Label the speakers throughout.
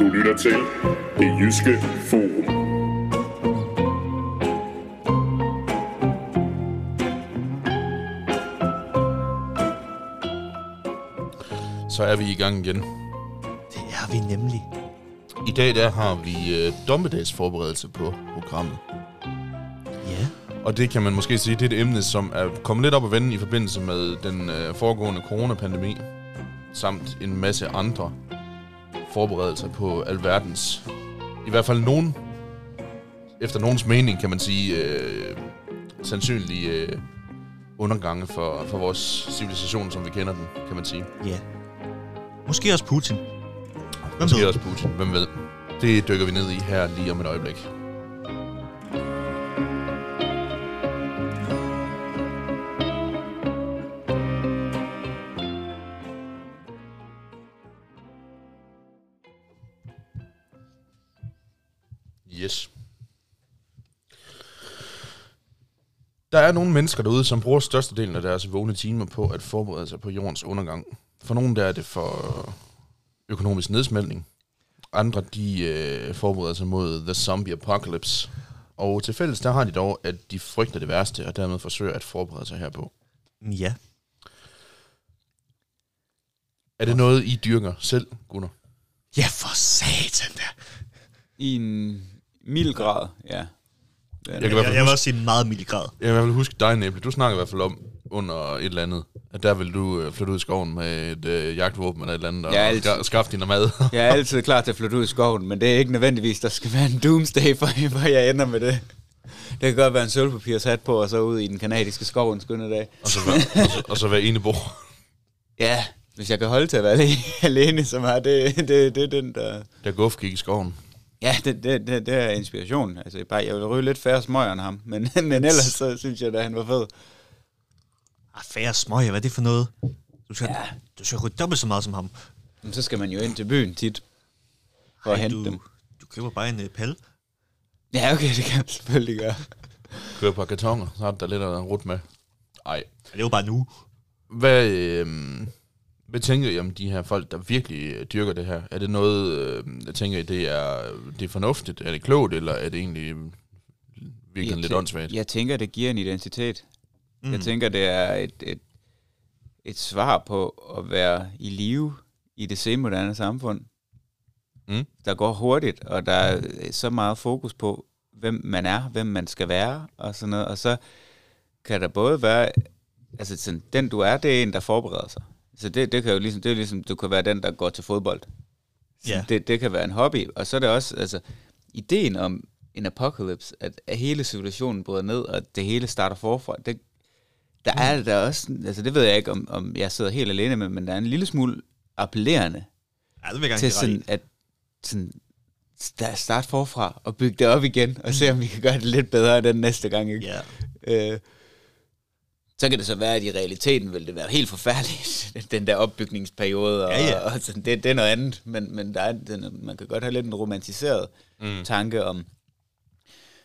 Speaker 1: Du lytter til Det Jyske Forum.
Speaker 2: Så er vi i gang igen.
Speaker 3: Det er vi nemlig.
Speaker 2: I dag der har vi øh, dommedagsforberedelse på programmet.
Speaker 3: Ja.
Speaker 2: Og det kan man måske sige, det er et emne, som er kommet lidt op at vende i forbindelse med den øh, foregående coronapandemi, samt en masse andre forberedelser på alverdens, i hvert fald nogen, efter nogens mening kan man sige, øh, sandsynlige øh, undergange for, for vores civilisation, som vi kender den, kan man sige.
Speaker 3: Ja. Måske også Putin. Hvem
Speaker 2: Måske
Speaker 3: ved?
Speaker 2: også Putin, hvem ved. Det dykker vi ned i her lige om et øjeblik. Yes. Der er nogle mennesker derude, som bruger størstedelen af deres vågne timer på at forberede sig på jordens undergang. For nogle der er det for økonomisk nedsmeltning. Andre de øh, forbereder sig mod The Zombie Apocalypse. Og til fælles der har de dog, at de frygter det værste, og dermed forsøger at forberede sig herpå.
Speaker 3: Ja.
Speaker 2: Er det noget, I dyrker selv, Gunnar?
Speaker 3: Ja, for satan da.
Speaker 4: I en mild grad, ja. Den,
Speaker 2: Jeg kan i hvert
Speaker 3: Jeg,
Speaker 2: fald
Speaker 3: jeg vil også sige meget mild grad.
Speaker 2: Jeg kan i hvert fald huske dig, Næble. Du snakkede i hvert fald om under et eller andet, at der vil du øh, flytte ud i skoven med et øh, jagtvåben eller et eller andet, og
Speaker 4: Ja,
Speaker 2: ja,
Speaker 4: altid.
Speaker 2: ska- skaffe din mad.
Speaker 4: Jeg er altid klar til at flytte ud i skoven, men det er ikke nødvendigvis, der skal være en doomsday, for, for jeg ender med det. Det kan godt være en sølvpapirshat på, og så ud i den kanadiske skov en skønne dag.
Speaker 2: og, så være, og, så, og så være enebo.
Speaker 4: Ja, hvis jeg kan holde til at være ale- alene, så er det, det, det er den, der...
Speaker 2: Der guf gik i skoven.
Speaker 4: Ja, det, det, det, det er inspiration. Altså, bare, jeg vil ryge lidt færre smøger end ham, men, men ellers så synes jeg, at han var fed.
Speaker 3: Ah, færre smøger, hvad er det for noget? Du skal, ja. du skal rydde dobbelt så meget som ham.
Speaker 4: Men så skal man jo ind til byen tit for at
Speaker 3: Ej,
Speaker 4: hente
Speaker 3: du,
Speaker 4: dem.
Speaker 3: du køber bare en uh, pal.
Speaker 4: Ja, okay, det kan man selvfølgelig gøre.
Speaker 2: Kører på kartoner, så har du der lidt at rute med. Ej.
Speaker 3: Det er jo bare nu.
Speaker 2: Hvad, øh, hvad tænker I om de her folk, der virkelig øh, dyrker det her? Er det noget, øh, jeg tænker I, det er, det er fornuftigt? Er det klogt, eller er det egentlig øh, virkelig
Speaker 4: Jeg
Speaker 2: lidt
Speaker 4: tæ-
Speaker 2: åndssvagt?
Speaker 4: Jeg tænker, det giver en identitet. Mm.
Speaker 3: Mm.
Speaker 4: Jeg tænker, det er et, et, et svar på at være i live i det senmoderne samfund,
Speaker 2: Mm.
Speaker 4: der går hurtigt, og der er så meget fokus på, hvem man er, hvem man skal være, og sådan noget. Og så kan der både være, altså sådan, den du er, det er en, der forbereder sig. Så det, det kan jo ligesom, det er ligesom, du kan være den, der går til fodbold. Så
Speaker 3: Ja.
Speaker 4: ja. det, det kan være en hobby. Og så er det også, altså, ideen om en apocalypse, at at hele civilisationen bryder ned, og det hele starter forfra, det,
Speaker 3: Mm.
Speaker 4: der er der også, altså det ved jeg ikke, om, om jeg sidder helt alene med, men der er en lille smule appellerende
Speaker 3: Ja, det vil jeg gerne
Speaker 4: til
Speaker 3: give
Speaker 4: sådan,
Speaker 3: sådan...
Speaker 4: at sådan, sta- starte forfra og bygge det op igen, og se om vi kan gøre det lidt bedre den næste gang. Ikke?
Speaker 3: Ja.
Speaker 4: Øh, så kan det så være, at i realiteten vil det være helt forfærdeligt, den der opbygningsperiode, og,
Speaker 3: Ja, ja.
Speaker 4: og sådan, det, det er noget andet, men, men der er, den, man kan godt have lidt en romantiseret mm. tanke om,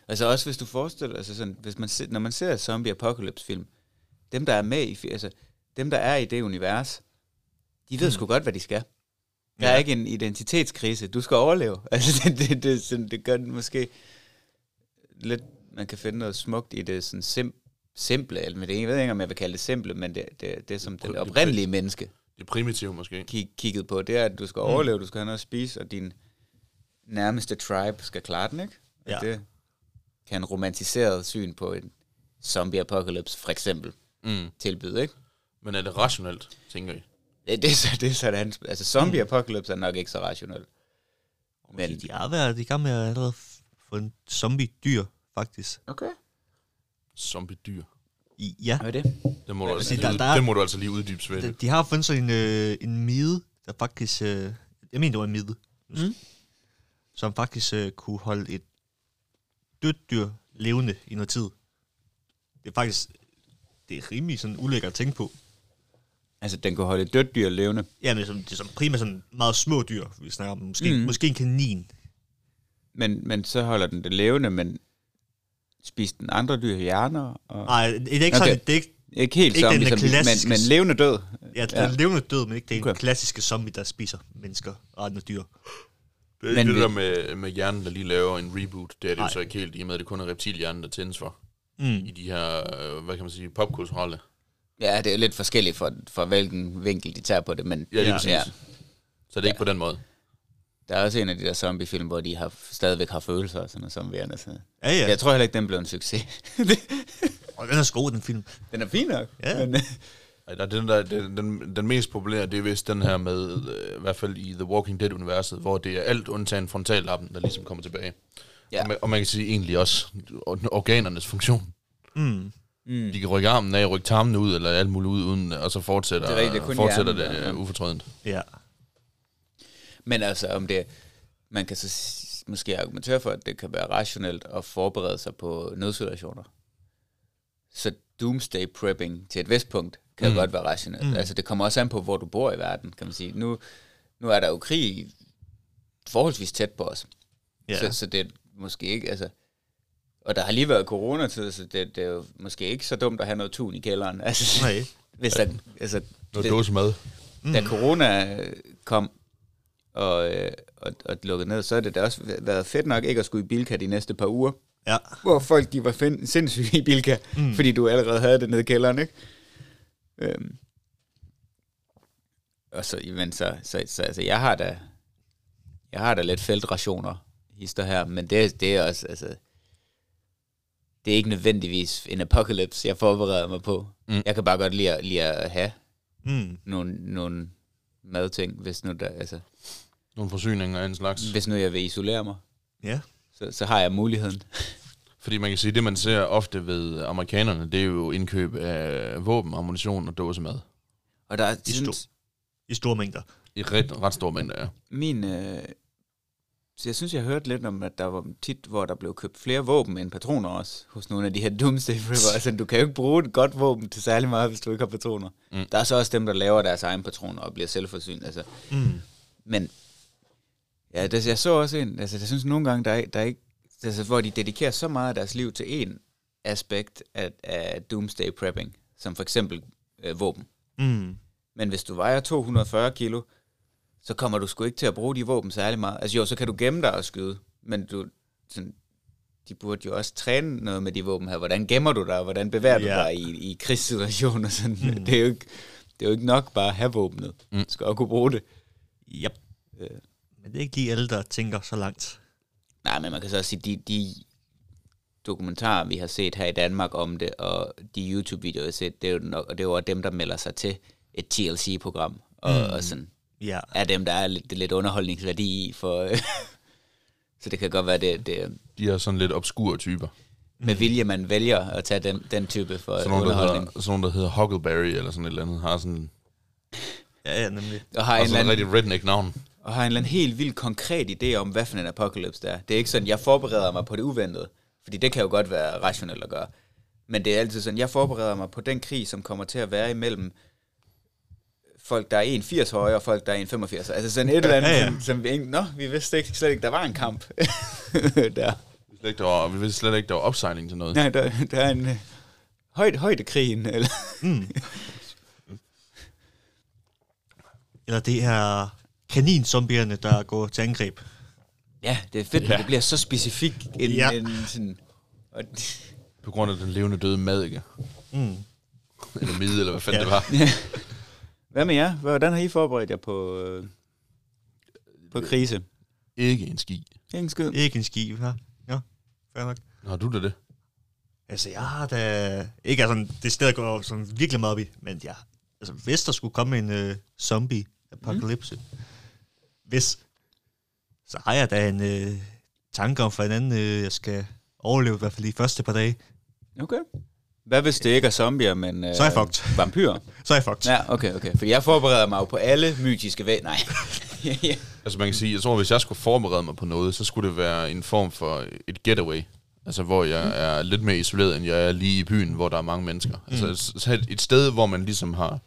Speaker 4: altså også hvis du forestiller dig, altså sådan, hvis man, se- når man ser zombie apocalypse film, dem der er med i, fi- altså dem der er i det univers, de ved mm. sgu godt, hvad de skal. Der er
Speaker 3: Ja.
Speaker 4: ikke en identitetskrise. Du skal overleve. Altså, det, det, det, sådan, det gør den måske lidt... Man kan finde noget smukt i det sådan sim, simple, eller men det, jeg ved ikke, om jeg vil kalde det simple, men det, det, det som den
Speaker 2: Det- det-
Speaker 4: oprindelige menneske
Speaker 2: Det er primitivt måske.
Speaker 4: kig, kiggede på, det er, at du skal overleve, du skal have noget at spise, og din nærmeste tribe skal klare den, ikke? Og
Speaker 3: Ja.
Speaker 4: Det kan en romantiseret syn på en zombie apocalypse, for eksempel,
Speaker 2: Mm.
Speaker 4: tilbyde, ikke?
Speaker 2: Men er det rationelt, tænker I?
Speaker 4: Det, det, er så, det er sådan. Altså, zombie apocalypse er nok ikke så rationelt.
Speaker 3: Men... De har været i gang med at allerede f- få en zombie-dyr, faktisk.
Speaker 4: Okay.
Speaker 2: Zombie-dyr.
Speaker 3: I, ja.
Speaker 4: Hvad er det?
Speaker 2: Det må, du altså,
Speaker 3: sige, der-
Speaker 2: lige-
Speaker 3: der er-
Speaker 2: det må du altså lige uddybe,
Speaker 3: De,
Speaker 2: Svend.
Speaker 3: de har fundet sådan en, øh, en mide, der faktisk... Øh, jeg mener, det var en mide.
Speaker 4: Mm.
Speaker 3: Som faktisk øh, kunne holde et dødt dyr levende i noget tid. Det er faktisk... Det er rimelig sådan ulækkert at tænke på.
Speaker 4: Altså, den kunne holde et dødt dyr levende.
Speaker 3: Ja, men som, det er som primært sådan meget små dyr, vi snakker om. Måske,
Speaker 4: Mm.
Speaker 3: mm. måske en kanin.
Speaker 4: Men, men så holder den det levende, men spiser den andre dyr hjerner? Og...
Speaker 3: Nej, det er ikke okay.
Speaker 4: Okay.
Speaker 3: sådan, det er ikke,
Speaker 4: Ikke helt
Speaker 3: Ikke
Speaker 4: zombie,
Speaker 3: den der
Speaker 4: som, men,
Speaker 3: klassiske-
Speaker 4: men levende død.
Speaker 3: ja, det er levende død, men ikke det er en
Speaker 4: Okay.
Speaker 3: klassiske zombie, der spiser mennesker og andre dyr.
Speaker 2: Det er ikke
Speaker 4: Men
Speaker 2: det
Speaker 4: vi-
Speaker 2: der med, med hjernen, der lige laver en reboot. Det er det jo
Speaker 3: Nej.
Speaker 2: så ikke helt i og med, at det kun er reptilhjernen, der tændes for.
Speaker 3: Mm.
Speaker 2: I de her, øh, hvad kan man sige, popkulturelle.
Speaker 4: Ja, det er jo lidt forskelligt fra, fra hvilken vinkel de tager på det, men
Speaker 2: Ja, lige præcis. Så det er ikke
Speaker 4: Ja.
Speaker 2: på den måde.
Speaker 4: der er også en af de der zombiefilm, hvor de har, stadigvæk har følelser og sådan noget, som vi er så.
Speaker 3: Ja, ja.
Speaker 4: Ja. Jeg tror heller ikke, den blev en succes.
Speaker 3: Og den er så god, den film.
Speaker 4: den er fin nok.
Speaker 3: Ja.
Speaker 4: Men, øh,
Speaker 2: Ej, der er Den, der, den, den, den mest populære, det er vist den her med, øh, i hvert fald i The Walking Dead-universet, hvor det er alt undtagen frontallappen, der ligesom kommer tilbage.
Speaker 4: Ja.
Speaker 2: Ja. Og, man, og man kan sige egentlig også or- organernes funktion.
Speaker 3: Mm.
Speaker 4: mm.
Speaker 2: De kan rykke armen af, rykke tarmen ud, eller alt muligt ud, uden, og så fortsætter
Speaker 4: Det er rigtigt, det er kun
Speaker 2: fortsætter
Speaker 4: hjernen,
Speaker 2: det
Speaker 4: der-
Speaker 2: øh, ufortrødent.
Speaker 3: Ja.
Speaker 4: men altså, om det, man kan så s- måske argumentere for, at det kan være rationelt at forberede sig på nødsituationer. Så doomsday prepping til et vist punkt kan mm. godt være rationelt. Mm. Altså, det kommer også an på, hvor du bor i verden, kan man sige. Nu, nu er der jo krig forholdsvis tæt på os.
Speaker 3: ja.
Speaker 4: Så, så det er måske ikke, altså... Og der har lige været coronatid, så det, det er jo måske ikke så dumt at have noget tun i kælderen. Altså,
Speaker 3: Nej.
Speaker 4: Hvis der, altså,
Speaker 2: Noget
Speaker 4: det,
Speaker 2: dåse mad.
Speaker 4: da corona øh, kom og, øh, og, og lukkede ned, så har det da også væ- været fedt nok ikke at skulle i Bilka de næste par uger.
Speaker 3: Ja.
Speaker 4: Hvor folk, de var fin- sindssyge i Bilka, mm. fordi du allerede havde det nede i kælderen, ikke? Øhm. Og så, men så, så, så altså, jeg har da, jeg har da lidt feltrationer, hister her, men det, det er også, altså, det er ikke nødvendigvis en apocalypse, jeg forbereder mig på. Mm. Jeg kan bare godt lide at, lide at have
Speaker 3: Mm.
Speaker 4: nogle, nogle madting, hvis nu, der, altså,
Speaker 2: Nogle forsyninger af en slags.
Speaker 4: hvis nu jeg vil isolere mig,
Speaker 3: Ja.
Speaker 4: så, så har jeg muligheden.
Speaker 2: Fordi man kan sige, at det man ser ofte ved amerikanerne, det er jo indkøb af våben, ammunition og dåsemad.
Speaker 4: Og der er,
Speaker 3: I, sto-
Speaker 4: synes,
Speaker 3: I store mængder.
Speaker 2: I ret, ret store mængder, ja.
Speaker 4: min, øh, så jeg synes, jeg hørte lidt om, at der var tit, hvor der blev købt flere våben end patroner også, hos nogle af de her doomsday prepper. Altså, du kan jo ikke bruge et godt våben til særlig meget, hvis du ikke har patroner. Mm. Der er så også dem, der laver deres egen patroner og bliver selvforsynet. Altså.
Speaker 3: Mm.
Speaker 4: Men ja, det, jeg så også en, altså jeg synes nogle gange, der er, der er ikke, altså, hvor de dedikerer så meget af deres liv til en aspekt af, af doomsday prepping, som for eksempel øh, våben.
Speaker 3: Mm.
Speaker 4: Men hvis du vejer 240 kilo, så kommer du sgu ikke til at bruge de våben særlig meget. Altså jo, så kan du gemme dig og skyde, men du, sådan, de burde jo også træne noget med de våben her. Hvordan gemmer du dig, og hvordan bevæger
Speaker 3: Ja.
Speaker 4: du dig i, i krigssituationer? Sådan. Mm. Det, er jo ikke, det er jo ikke nok bare at have våbnet. Mm. Du skal også kunne bruge det.
Speaker 3: Yep.
Speaker 4: Øh.
Speaker 3: Men det er ikke lige alle, der tænker så langt.
Speaker 4: Nej, men man kan så også sige, de, de dokumentarer, vi har set her i Danmark om det, og de YouTube-videoer, jeg har set, det er jo nok, og det er jo også dem, der melder sig til et TLC-program, og, mm. og sådan
Speaker 3: Ja.
Speaker 4: er dem, der er lidt, lidt underholdningsværdi i, for, øh, så det kan godt være, det, det
Speaker 2: De er sådan lidt obskure typer.
Speaker 4: med vilje, man vælger at tage den, den type for
Speaker 2: Sådan nogle, der
Speaker 4: underholdning.
Speaker 2: hedder, sådan nogle, der hedder Huckleberry eller sådan et eller andet, har sådan,
Speaker 3: Ja, ja, nemlig.
Speaker 4: Og har,
Speaker 2: har
Speaker 4: en eller
Speaker 2: sådan et
Speaker 4: anden,
Speaker 2: rigtig redneck-navn.
Speaker 4: og har en eller anden helt vildt konkret idé om, hvad for en apokalypse det er. Det er ikke sådan, jeg forbereder mig på det uventede, fordi det kan jo godt være rationelt at gøre. Men det er altid sådan, jeg forbereder mig på den krig, som kommer til at være imellem folk, der er 1,80 høje, og folk, der er 1,85. Altså sådan et eller andet,
Speaker 3: Ja,
Speaker 4: ja,
Speaker 3: ja.
Speaker 4: ja. Som, som vi ikke... Nå, vi vidste ikke, slet ikke, der var en kamp. der.
Speaker 2: Vi vidste slet ikke, der var- Vi vidste slet ikke, der var opsejling til noget.
Speaker 4: Nej, der, der er en øh, højde, højdekrigen, eller...
Speaker 3: Eller det er kaninzombierne, der går til angreb.
Speaker 4: Ja, det er fedt, ja. men det bliver så specifikt en,
Speaker 3: Ja.
Speaker 4: ja. en sådan... Og,
Speaker 2: På grund af den levende døde madike.
Speaker 3: Mm.
Speaker 2: Eller mide, eller hvad fanden
Speaker 3: Ja.
Speaker 2: det var.
Speaker 4: hvad med jer? Hvordan har I forberedt jer på, øh, på krise?
Speaker 2: Ikke en ski.
Speaker 4: Ingen skid.
Speaker 3: Ikke en ski, hva'? Ja, fair nok.
Speaker 2: Har du da det?
Speaker 3: Altså, jeg har da... Ikke altså, det sted, jeg går sådan virkelig meget op i, men jeg... Altså, hvis der skulle komme en øh, zombie-apokalypse, mm. hvis, så har jeg da en øh, tanke om, hvordan øh, jeg skal overleve, i hvert fald de første par dage.
Speaker 4: Okay. Hvad hvis det ikke er zombier, men øh,
Speaker 3: Så er jeg fucked.
Speaker 4: vampyrer?
Speaker 3: Så er jeg fucked.
Speaker 4: Ja, okay, okay. For jeg forbereder mig jo på alle mytiske væg. Nej. ja, ja.
Speaker 2: Altså man kan sige, jeg tror, hvis jeg skulle forberede mig på noget, så skulle det være en form for et getaway. Altså hvor jeg er lidt mere isoleret, end jeg er lige i byen, hvor der er mange mennesker. Altså s- så et- et sted, hvor man ligesom har,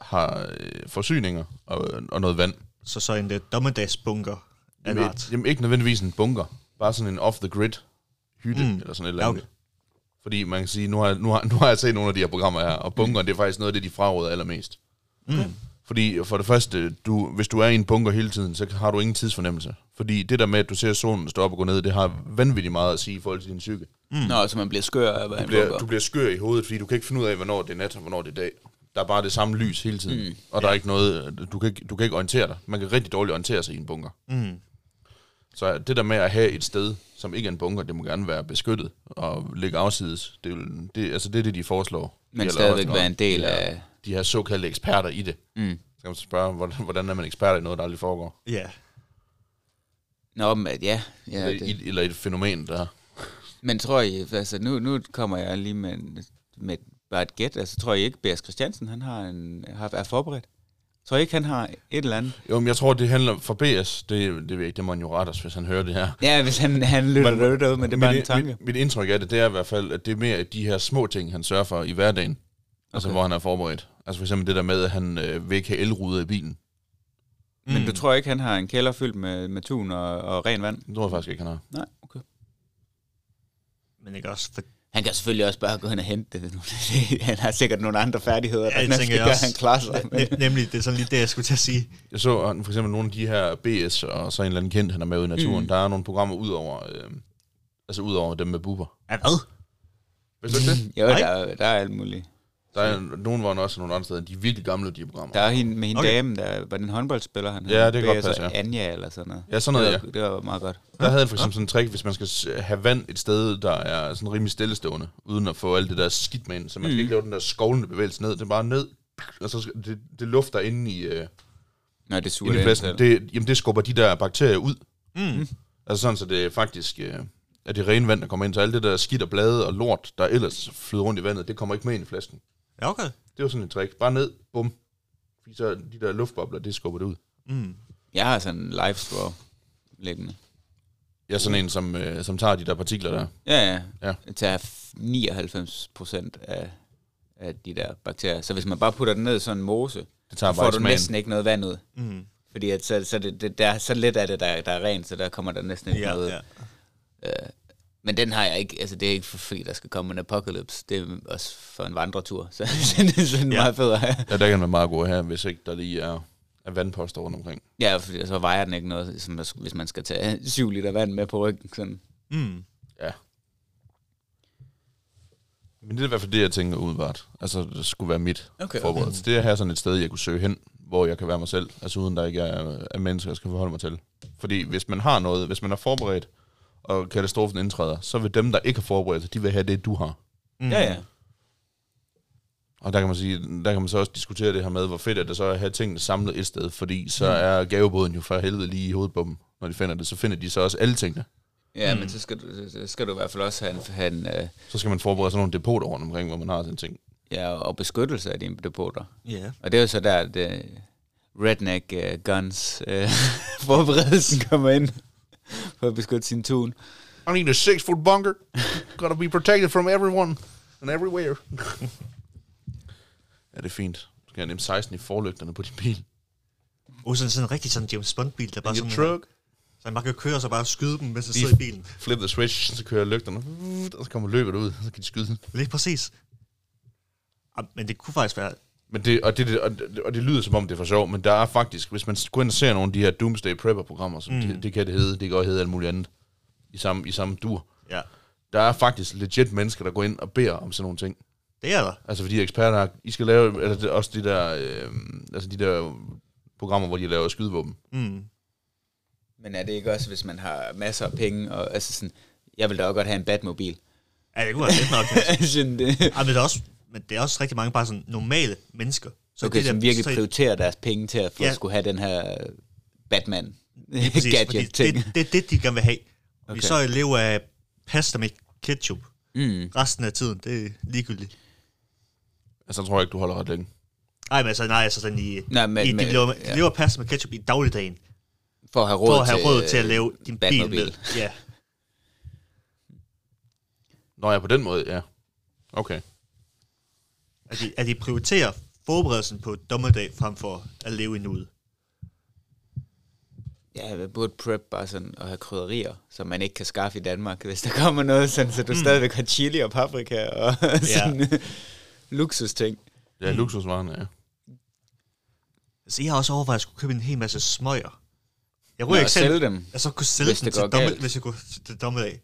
Speaker 2: har øh, forsyninger og, og noget vand.
Speaker 3: Så så en øh, dommedagsbunker af en
Speaker 2: Jamen,
Speaker 3: art.
Speaker 2: jamen ikke nødvendigvis en bunker, bare sådan en off-the-grid hytte, mm. eller sådan et eller
Speaker 3: Ja,
Speaker 2: andet.
Speaker 3: okay.
Speaker 2: Okay. Fordi man kan sige, nu har, jeg- nu, har, nu har jeg set nogle af de her programmer her, og bunkeren, mm. det er faktisk noget af det, de fraråder allermest. Mm. Fordi for det første, du, hvis du er i en bunker hele tiden, så har du ingen tidsfornemmelse. Fordi det der med, at du ser solen stå op og gå ned, det har vanvittigt meget at sige i forhold til din psyke.
Speaker 4: Mm. Nå, så man bliver skør af at være
Speaker 2: Du
Speaker 4: en
Speaker 2: bliver, du
Speaker 4: bunker.
Speaker 2: bliver skør i hovedet, fordi du kan ikke finde ud af, hvornår det er nat og hvornår det er dag. Der er bare det samme lys hele tiden, mm. og der er ikke noget, øh, du kan ikke, du kan ikke orientere dig. Man kan rigtig dårligt orientere sig i en bunker.
Speaker 3: Mm.
Speaker 2: Så det der med at have et sted, som ikke er en bunker, det må gerne være beskyttet og ligge afsides. Det, er jo- det, altså det er det, de foreslår. De
Speaker 4: Men
Speaker 2: her
Speaker 4: stadigvæk
Speaker 2: lavere
Speaker 4: være en del
Speaker 2: de her-
Speaker 4: af...
Speaker 2: De her såkaldte eksperter i det.
Speaker 4: Mm.
Speaker 2: Så kan man så spørge, hvordan, hvordan er man ekspert i noget, der aldrig foregår?
Speaker 3: Ja.
Speaker 4: Nå, men at- ja. ja
Speaker 2: Ja,
Speaker 4: det.
Speaker 2: det. Eller et fænomen, der...
Speaker 4: Men tror I, altså nu, nu kommer jeg lige med, en- med bare et gæt, altså tror I ikke, Bærs Christiansen, han har en, har, er forberedt? Tror I ikke, han har et eller andet?
Speaker 2: Jo, men jeg tror, det handler for BS. Det, det ved jeg ikke, det må han jo rette os, hvis han hører det her.
Speaker 4: Ja, hvis han, han lytter
Speaker 2: Men-
Speaker 4: det ud, men det er bare en
Speaker 2: mit,
Speaker 4: tanke.
Speaker 2: Mit, mit indtryk af det, det er i hvert fald, at det er mere de her små ting, han sørger for i hverdagen. Okay. Altså,
Speaker 4: Okay.
Speaker 2: hvor han er forberedt. Altså for eksempel det der med, at han øh, vil ikke have elruder i bilen.
Speaker 4: Men du tror ikke, han har en kælder fyldt med, med tun og, og ren vand?
Speaker 2: Det tror jeg faktisk ikke, han har.
Speaker 4: Nej, okay.
Speaker 3: Men ikke også for...
Speaker 4: Han kan selvfølgelig også bare gå hen og hente det. han har sikkert nogle andre færdigheder, ja, der
Speaker 3: det
Speaker 4: nok
Speaker 3: tænker
Speaker 4: skal
Speaker 3: jeg
Speaker 4: gøre,
Speaker 3: også.
Speaker 4: han klarer sig. Men,
Speaker 3: Ne- nemlig, det er sådan lige det, jeg skulle til at sige.
Speaker 2: Jeg så han- for eksempel nogle af de her BS, og så en eller anden kendt, han er med ude i naturen. Mm. Der er nogle programmer ud over, øh, altså ud over dem med buber.
Speaker 3: Ja, hvad?
Speaker 2: Ved du ikke det?
Speaker 4: jo,
Speaker 3: Nej.
Speaker 4: der, er- der er alt muligt.
Speaker 2: Der er nogen, hvor han også er nogle andre steder. De er virkelig gamle, de her programmer.
Speaker 4: Der er hende med hende
Speaker 3: Okay.
Speaker 4: okay. dame, der var den håndboldspiller, han
Speaker 2: Ja,
Speaker 4: hed.
Speaker 2: det kan godt
Speaker 4: BS og
Speaker 2: passe, ja.
Speaker 4: Anja eller sådan noget.
Speaker 2: Ja, sådan noget,
Speaker 4: det var, ja. Det var meget godt.
Speaker 2: Der havde han for eksempel sådan en trick, hvis man skal s- have vand et sted, der er sådan rimelig stillestående, uden at få alt det der skidt med ind, så man skal mm. ikke lave den der skovlende bevægelse ned, det er bare ned, og så skal, det, det lufter inde i, øh,
Speaker 4: Nej, det suger
Speaker 2: inde i pladsen.
Speaker 4: Det.
Speaker 2: Det, jamen det skubber de der bakterier ud. Mm. Altså sådan, så det faktisk øh, er det rene vand, der kommer ind, så alt det der skidt og blade og lort, der ellers flyder rundt i vandet, det kommer ikke med ind i flasken.
Speaker 3: Ja, okay.
Speaker 2: Det var sådan en trick. Bare ned, bum. Fordi så de der luftbobler, det skubber det ud.
Speaker 3: Mm.
Speaker 4: Jeg har sådan en live straw liggende.
Speaker 2: Jeg er sådan en, som, øh, som tager de der partikler der.
Speaker 4: Ja, ja.
Speaker 2: Ja.
Speaker 4: Jeg tager 99 procent af, af de der bakterier. Så hvis man bare putter den ned i sådan en mose,
Speaker 2: Det tager
Speaker 4: så får
Speaker 2: bare
Speaker 4: du
Speaker 2: smagen.
Speaker 4: næsten ikke noget vand ud.
Speaker 3: Mm.
Speaker 4: Fordi at så, så, det, det, der, er så lidt af det, der, der er rent, så der kommer der næsten ikke
Speaker 3: Ja,
Speaker 4: noget ud.
Speaker 3: ja.
Speaker 4: Men den har jeg ikke, altså det er ikke for fordi, der skal komme en apocalypse. Det er også for en vandretur, så, så det er sådan
Speaker 3: Ja.
Speaker 4: ja. meget federe.
Speaker 2: Ja, der kan man meget god her, hvis ikke der lige er, er vandposter rundt omkring.
Speaker 4: Ja, for så vejer den ikke noget, som, hvis man skal tage 7 liter vand med på ryggen. Sådan.
Speaker 3: Mm.
Speaker 2: Ja. Men det er i hvert fald det, jeg tænker udvart. Altså, det skulle være mit
Speaker 4: Okay,
Speaker 2: okay, forberedelse. Okay. Det er at have sådan et sted, jeg kunne søge hen, hvor jeg kan være mig selv. Altså uden der ikke er, er mennesker, jeg skal forholde mig til. Fordi hvis man har noget, hvis man er forberedt, og katastrofen indtræder, så vil dem, der ikke har forberedt sig, de vil have det, du har.
Speaker 3: Mm.
Speaker 4: Ja, ja.
Speaker 2: Og der kan, man sige, der kan man så også diskutere det her med, hvor fedt er det så at have tingene samlet et sted, fordi så er gavebåden jo for helvede lige i hovedet på dem, når de finder det. Så finder de så også alle tingene.
Speaker 4: Ja, mm. men så skal, du, så skal du i hvert fald også have en, have en øh,
Speaker 2: så skal man forberede sådan nogle depoter rundt omkring, hvor man har sådan ting.
Speaker 4: ja, og beskyttelse af dine depoter.
Speaker 3: Ja.
Speaker 4: Og det er jo så der, det redneck uh, guns uh, forberedelsen kommer ind for at beskytte sin tun.
Speaker 2: I need a six foot bunker. Gotta be protected from everyone and everywhere. ja, det er fint. Du skal have en M16 i forlygterne på din bil.
Speaker 3: Og sådan, sådan en rigtig sådan James Bond-bil, der bare
Speaker 2: Your
Speaker 3: sådan...
Speaker 2: truck.
Speaker 3: Så man kan køre og så bare skyde dem, mens de
Speaker 2: Lige-
Speaker 3: sidder i bilen.
Speaker 2: Flip the switch, så kører lygterne. Og så kommer løbet ud, så kan de skyde.
Speaker 3: Lige præcis. Ah, Men det kunne faktisk være...
Speaker 2: Men det, og, det, og, det, og det lyder som om, det er for sjov, men der er faktisk, hvis man går ind og ser nogle af de her Doomsday Prepper-programmer, som mm. det, det, kan det hedde, det kan også hedde alt muligt andet, i samme, i samme dur,
Speaker 3: Ja.
Speaker 2: der er faktisk legit mennesker, der går ind og beder om sådan nogle ting.
Speaker 3: Det er der.
Speaker 2: Altså fordi eksperter, har- I skal lave, altså det, er også de der, øh, altså de der programmer, hvor de laver skydevåben.
Speaker 3: Mm.
Speaker 4: Men er det ikke også, hvis man har masser af penge, og altså sådan, jeg vil da også godt have en Batmobil.
Speaker 3: Ja, det kunne være lidt nok.
Speaker 4: sådan, det,
Speaker 3: Ej, men, det er også, men det er også rigtig mange bare sådan normale mennesker. Så
Speaker 4: okay,
Speaker 3: det
Speaker 4: som
Speaker 3: der-
Speaker 4: virkelig
Speaker 3: så-
Speaker 4: prioriterer deres penge til at få
Speaker 3: Ja.
Speaker 4: ja. skulle have den her Batman
Speaker 3: Præcis, fordi
Speaker 4: gadget-ting.
Speaker 3: det, det er det, de gerne vil have. Okay. Vi
Speaker 4: Okay.
Speaker 3: så lever af pasta med ketchup.
Speaker 4: Mm.
Speaker 3: Resten af tiden, det er ligegyldigt.
Speaker 2: Altså jeg tror ikke, du holder ret længe.
Speaker 3: Nej, men altså, nej, altså sådan i...
Speaker 4: Nej, men-
Speaker 3: i de,
Speaker 4: men-
Speaker 3: lever, de
Speaker 4: ja.
Speaker 3: lever pasta med ketchup i dagligdagen.
Speaker 4: For at have råd,
Speaker 3: For at have
Speaker 4: til,
Speaker 3: råd til at
Speaker 4: øh,
Speaker 3: lave din bil
Speaker 4: Batmobil.
Speaker 3: med. Ja.
Speaker 2: Nå ja, på den måde, ja. Okay.
Speaker 3: At de, at de prioriterer forberedelsen på dommedag frem for at leve i nuet.
Speaker 4: Ja, man burde prep bare sådan og have krydderier, som man ikke kan skaffe i Danmark, hvis der kommer noget sådan, så du mm. stadigvæk har chili og paprika og sådan luksusting.
Speaker 2: Det er mm. luksusvarerne, ja.
Speaker 3: Altså, jeg har også overvejet, at jeg skulle købe en hel masse smøger. Jeg
Speaker 4: Nå,
Speaker 3: ryger ikke
Speaker 4: at
Speaker 3: selv.
Speaker 4: sælge dem.
Speaker 3: Jeg så kunne sælge
Speaker 4: hvis
Speaker 3: dem
Speaker 4: det
Speaker 3: til
Speaker 4: går
Speaker 3: domme,
Speaker 4: galt.
Speaker 3: hvis jeg kunne til dommedag.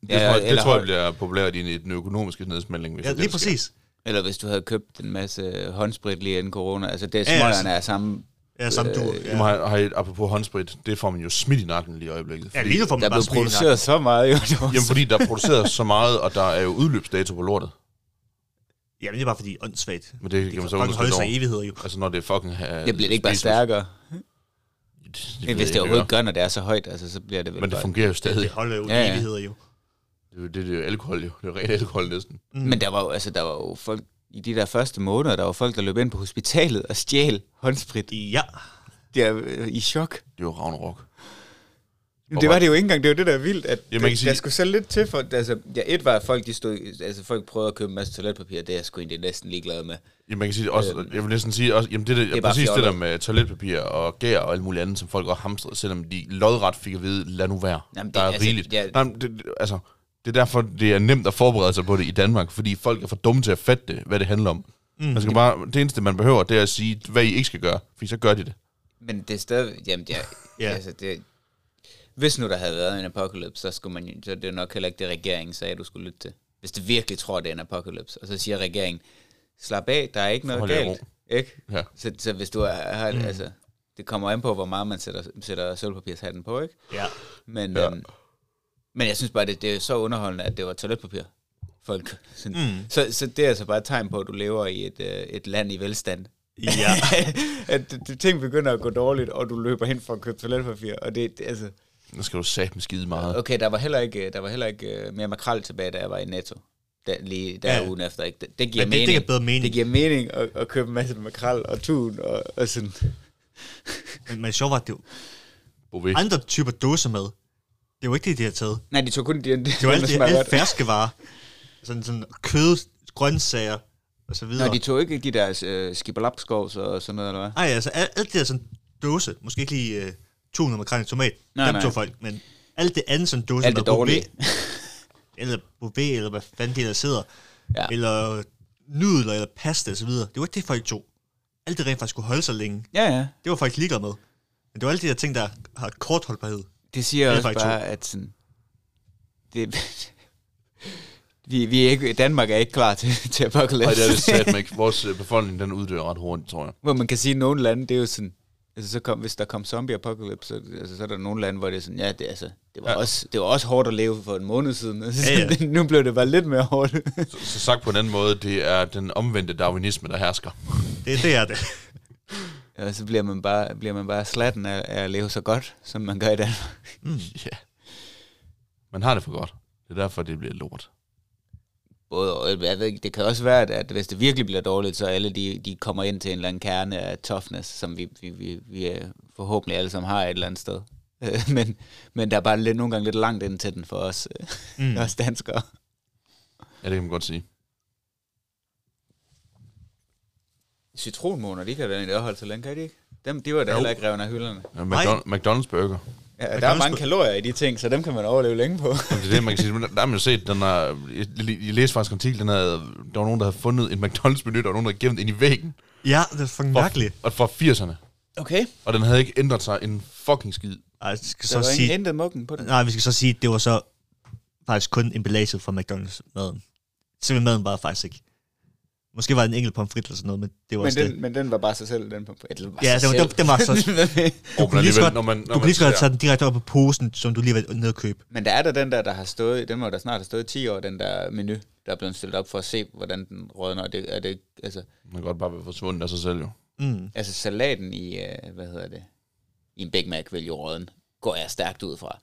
Speaker 2: Det, tror, jeg, det
Speaker 4: eller
Speaker 2: tror jeg
Speaker 4: høj-
Speaker 2: bliver populært i den økonomiske nedsmældning. Hvis
Speaker 3: Ja,
Speaker 2: det
Speaker 3: lige
Speaker 2: sker.
Speaker 3: præcis.
Speaker 4: Eller hvis du havde købt en masse håndsprit lige inden corona. Altså, det er
Speaker 3: Ja, ja,
Speaker 4: smøgerne
Speaker 3: så-
Speaker 4: er samme.
Speaker 3: Ja,
Speaker 4: Øh,
Speaker 3: samme du.
Speaker 2: Nu
Speaker 3: Ja.
Speaker 2: har, jeg- har I, apropos håndsprit, det får man jo smidt i nakken lige i øjeblikket.
Speaker 3: ja, lige nu får
Speaker 4: Der
Speaker 3: man bare
Speaker 4: blev
Speaker 3: smidt i nakken.
Speaker 4: produceret så meget, jo. Det var
Speaker 2: Jamen,
Speaker 4: så-
Speaker 2: fordi der er produceret så meget, og der er jo udløbsdato på lortet.
Speaker 3: Jamen, det er bare fordi, åndssvagt.
Speaker 2: Men det,
Speaker 3: Det
Speaker 2: kan
Speaker 3: kan
Speaker 2: man så
Speaker 3: fucking
Speaker 2: underskrive
Speaker 3: holde sig i
Speaker 2: over.
Speaker 3: evigheder jo.
Speaker 2: Altså, når det er fucking... Uh,
Speaker 4: det bliver det ikke bare stærkere.
Speaker 2: Det,
Speaker 4: Men
Speaker 2: ved
Speaker 4: hvis
Speaker 2: jeg
Speaker 4: det overhovedet
Speaker 2: ikke,
Speaker 4: ikke gør, når det er så højt, altså, så bliver det vel
Speaker 2: Men det
Speaker 4: bare-
Speaker 2: fungerer jo stadig.
Speaker 3: Det holder jo i
Speaker 4: Ja, ja.
Speaker 3: evigheder jo.
Speaker 2: Det er jo, det, det er jo alkohol, jo. Det er jo rent alkohol næsten.
Speaker 4: Men der var jo, altså, der var jo folk, i de der første måneder, der var folk, der løb ind på hospitalet og stjal håndsprit.
Speaker 3: Ja.
Speaker 4: De er øh, i chok.
Speaker 2: Det er jo Ragnarok.
Speaker 4: Jamen, det var det jo ikke engang. Det var det, der er vildt. At
Speaker 2: man
Speaker 4: der,
Speaker 2: kan sige-
Speaker 4: der skulle så lidt til for... Altså, ja, et var, at folk, de stod, altså, folk prøvede at købe en masse toiletpapir. Det er jeg sgu egentlig næsten ligeglad med.
Speaker 2: Jamen, man kan sige det også, jeg vil næsten sige, også, jamen det, der, det
Speaker 4: Øh. er bare
Speaker 2: præcis det
Speaker 4: fjollet.
Speaker 2: der med toiletpapir og gær og alt muligt andet, som folk har hamstret, selvom de lodret fik at vide, lad nu være.
Speaker 4: Jamen, det-
Speaker 2: der er
Speaker 4: altså,
Speaker 2: rigeligt.
Speaker 4: ja.
Speaker 2: Nej, men det, det- altså, det er derfor, det er nemt at forberede sig på det i Danmark, fordi folk er for dumme til at fatte det, hvad det handler om. Mm. Man skal bare, det eneste, man behøver, det er at sige, hvad I ikke skal gøre, fordi så gør de det.
Speaker 4: Men det er stadig... Jamen, det er,
Speaker 3: Ja.
Speaker 4: ja. altså, det, hvis nu der havde været en apokalypse, så, skulle man, jo- så er det er nok heller ikke det, regeringen sagde, du skulle lytte til. Hvis det virkelig tror, det er en apokalypse, og så siger regeringen, slap af, der er ikke noget
Speaker 2: Hold jer i
Speaker 4: galt. Ikke?
Speaker 2: Ja.
Speaker 4: Så, så hvis du er, har, mm. altså, det kommer an på, hvor meget man sætter, sætter sølvpapirshatten på, ikke?
Speaker 3: Ja.
Speaker 4: Men,
Speaker 2: Ja.
Speaker 4: ja. øhm, men jeg synes bare, det, det er så underholdende, at det var toiletpapir. Folk. Sådan. Mm. Så, så det er altså bare et tegn på, at du lever i et, øh, et land i velstand.
Speaker 3: Ja.
Speaker 4: at d- d- ting begynder at gå dårligt, og du løber hen for at købe toiletpapir. Og det, det altså,
Speaker 2: Nu skal du satme skide meget.
Speaker 4: okay, der var heller ikke, øh, der var heller ikke øh, mere makrel tilbage, da jeg var i Netto. Da, lige der
Speaker 3: Ja.
Speaker 4: ja. ugen efter. Ikke? Det, det giver
Speaker 3: Men det- det
Speaker 4: mening.
Speaker 3: giver bedre mening.
Speaker 4: Det giver mening at, at købe en masse makrel og tun og, og sådan.
Speaker 3: Men, men sjovt var, at det var
Speaker 2: Bové.
Speaker 3: andre typer dåser med. Det var ikke det, de har taget.
Speaker 4: Nej, de tog kun de, de, de, de,
Speaker 3: Det var alt det alle ferske varer. Sådan, sådan kød, grøntsager og så videre.
Speaker 4: Nå, de tog ikke de der øh, skibberlapskovs og sådan noget, eller hvad?
Speaker 3: Ej, altså alt, alt det der sådan dåse, måske ikke lige øh, 200 makrel i tomat,
Speaker 4: Nej,
Speaker 3: dem
Speaker 4: nej.
Speaker 3: tog folk, men alt det andet sådan dåse,
Speaker 4: Alt det dårlige.
Speaker 3: eller bouvet, eller hvad fanden det der sidder,
Speaker 4: Ja.
Speaker 3: ja. eller nudler, eller pasta og så videre. det var ikke det, folk tog. Alt det rent faktisk skulle holde sig længe,
Speaker 4: Ja, ja.
Speaker 3: det var folk ligeglade med. Men det var alle de der ting, der har kort holdbarhed.
Speaker 4: Det siger
Speaker 3: Det er
Speaker 4: også
Speaker 3: faktisk
Speaker 4: bare, at sådan, det, vi, vi er ikke, Danmark er ikke klar til, til apokalypse.
Speaker 2: Nej, det er det satme ikke. Vores øh, befolkning, den uddør ret hurtigt, tror jeg.
Speaker 4: Hvor man kan sige, at nogle lande, det er jo sådan, altså så kom, hvis der kom zombie apokalypse, så, altså, så er der nogle lande, hvor det er sådan, ja, det, er altså, det, var,
Speaker 2: Ja.
Speaker 4: også, det var også hårdt at leve for en måned siden. Altså,
Speaker 3: Ja,
Speaker 4: ja,
Speaker 3: ja.
Speaker 4: ja. nu blev det bare lidt mere hårdt.
Speaker 2: Så, så sagt på en anden måde, det er den omvendte darwinisme, der hersker.
Speaker 3: Det, det er det.
Speaker 4: Og så bliver man bare, bliver man bare slatten af, af, at leve så godt, som man gør i Danmark.
Speaker 3: Mm.
Speaker 2: Ja. Man har det for godt. Det er derfor, det bliver lort.
Speaker 4: Både, og jeg ved ikke, det kan også være, at, at hvis det virkelig bliver dårligt, så alle de, de kommer ind til en eller anden kerne af toughness, som vi, vi, vi, vi øh, forhåbentlig alle sammen har et eller andet sted. Øh, men, men der er bare lidt, nogle gange lidt langt ind til den for os, mm. os danskere.
Speaker 2: Ja, det kan man godt sige.
Speaker 4: Citronmåner, de kan da egentlig også holde så længe, kan de ikke? Dem, de var da
Speaker 2: Jo.
Speaker 4: heller ikke revnet af hylderne.
Speaker 2: Ja, McDon- McDonald's burger.
Speaker 4: Ja,
Speaker 3: kan
Speaker 4: der er
Speaker 3: også
Speaker 4: mange
Speaker 3: sp-
Speaker 4: kalorier i de ting, så dem kan man overleve længe på.
Speaker 2: Jamen, det er det, man kan sige. Men der, der har man jo set, den er, jeg, jeg læste faktisk en artikel, den havde, der var nogen, der havde fundet en McDonald's-menu, der var nogen, der havde gemt ind i væggen.
Speaker 3: Ja, det er fucking mærkeligt.
Speaker 2: Og fra 80'erne.
Speaker 4: Okay.
Speaker 2: Og den havde ikke ændret sig en fucking skid.
Speaker 3: Ej, jeg skal
Speaker 4: Så der
Speaker 3: så
Speaker 4: var ingen
Speaker 3: sige,
Speaker 4: intet mukken på den.
Speaker 3: nej, vi skal så sige, at det var så faktisk kun emballaget fra McDonald's-maden. Simpelthen maden var faktisk ikke. Måske var det en enkelt pomfrit eller sådan noget, men det var
Speaker 4: Men
Speaker 3: også det.
Speaker 4: den, men den var bare sig selv, den på. Eller var
Speaker 3: Ja,
Speaker 4: sig
Speaker 3: den var-
Speaker 4: selv.
Speaker 3: den var så-
Speaker 2: Du
Speaker 3: kunne lige så godt- Du kan lige så godt tage den direkte op på posen, som du lige var nede og købe.
Speaker 4: Men der er der den der, der har stået, den må der snart have stået i 10 år, den der menu, der er blevet stillet op for at se, hvordan den rådner. Og Det, er det, altså,
Speaker 2: Man kan godt bare være forsvundet af sig selv, jo.
Speaker 3: Mm.
Speaker 4: altså salaten i, øh, hvad hedder det, i en Big Mac vil jo rådne, går jeg stærkt ud fra.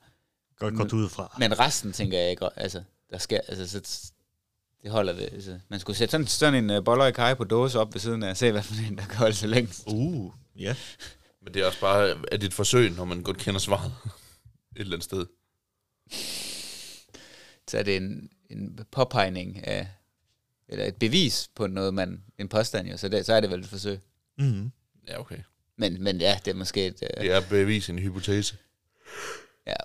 Speaker 3: Godt godt ud fra.
Speaker 4: Mm. Men resten tænker jeg ikke, altså, der sker, altså, så, det holder ved. Altså. Man skulle sætte sådan, sådan en øh, boller i kaj på dåse op ved siden af, og se, hvad for en, der kan holde så længst.
Speaker 3: Uh, ja.
Speaker 2: Men det er også bare, er det et forsøg, når man godt kender svaret et eller andet sted.
Speaker 4: Så er det en, en påpegning af, eller et bevis på noget, man, en påstand jo, så, det, så er det vel et forsøg.
Speaker 3: Mm.
Speaker 2: Ja, okay.
Speaker 4: Men, men ja, det er måske et, øh,
Speaker 2: Det er bevis en hypotese.
Speaker 4: ja.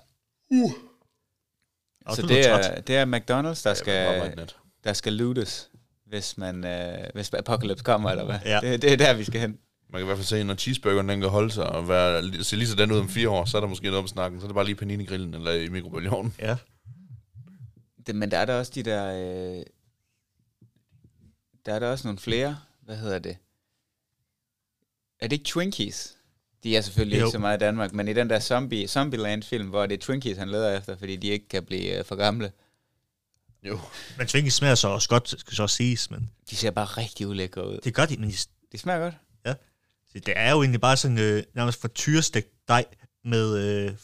Speaker 3: Og
Speaker 4: så
Speaker 3: du
Speaker 4: det
Speaker 3: lyder
Speaker 4: er, det er McDonald's, der
Speaker 2: Ja,
Speaker 4: skal, der skal lootes, hvis, man, øh, hvis apocalypse kommer, eller hvad?
Speaker 3: Ja.
Speaker 4: Det, det er der, vi skal hen.
Speaker 2: Man kan i hvert fald se, når cheeseburgeren den kan holde sig og være, se lige sådan ud om fire år, så er der måske noget om snakken. Så er det bare lige paninegrillen eller i mikrobølgeovnen.
Speaker 3: Ja.
Speaker 4: Det, men der er der også de der... Øh, der er der også nogle flere... Hvad hedder det? Er det ikke Twinkies? De er selvfølgelig jo.
Speaker 3: Jo.
Speaker 4: ikke så meget i Danmark, men i den der zombie, Zombieland-film, hvor det er Twinkies, han leder efter, fordi de ikke kan blive øh, for gamle.
Speaker 2: Jo.
Speaker 3: Men Twinkies smager så også godt, skal så siges, men
Speaker 4: De ser bare rigtig ulækre ud.
Speaker 3: det gør de, men de,
Speaker 4: Det smager godt.
Speaker 3: det er jo egentlig bare sådan øh, nærmest for tyrestegt dej med øh, en eller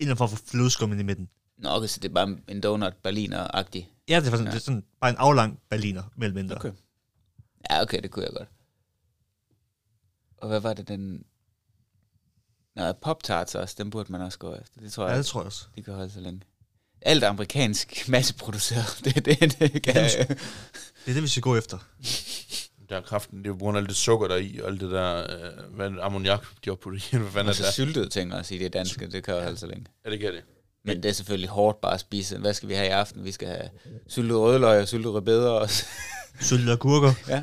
Speaker 3: anden form for flødeskum ind i midten.
Speaker 4: Nå, okay, så det er bare en donut berliner-agtig.
Speaker 3: Ja, det er, sådan, ja.
Speaker 4: Ja.
Speaker 3: det er sådan bare en aflang berliner, mere eller mindre.
Speaker 4: Okay. Ja, okay, det kunne jeg godt. Og hvad var det, den... Nå, Pop-Tarts også, den burde man også gå efter. Det tror jeg,
Speaker 3: Ja,
Speaker 4: ja,
Speaker 3: det tror jeg også.
Speaker 4: de kan holde så længe. Alt er amerikansk masseproduceret, det, det, det kan
Speaker 3: Jamen, Det er det, vi skal gå efter.
Speaker 2: Der er kraften, det er jo på grund af alt det sukker, der er i, og alt det der, øh, hvad er det, ammoniak, de har puttet i, hvad fanden
Speaker 4: Og
Speaker 2: er det
Speaker 4: så
Speaker 2: der?
Speaker 4: syltede ting også i det danske, Altså, det kan jo holde så længe.
Speaker 2: altså- Ja, det kan det.
Speaker 4: Men det er selvfølgelig hårdt bare at spise. Hvad skal vi have i aften? Vi skal have syltet rødløg og syltet rødbeder også.
Speaker 3: Sølv og gurker.
Speaker 4: ja,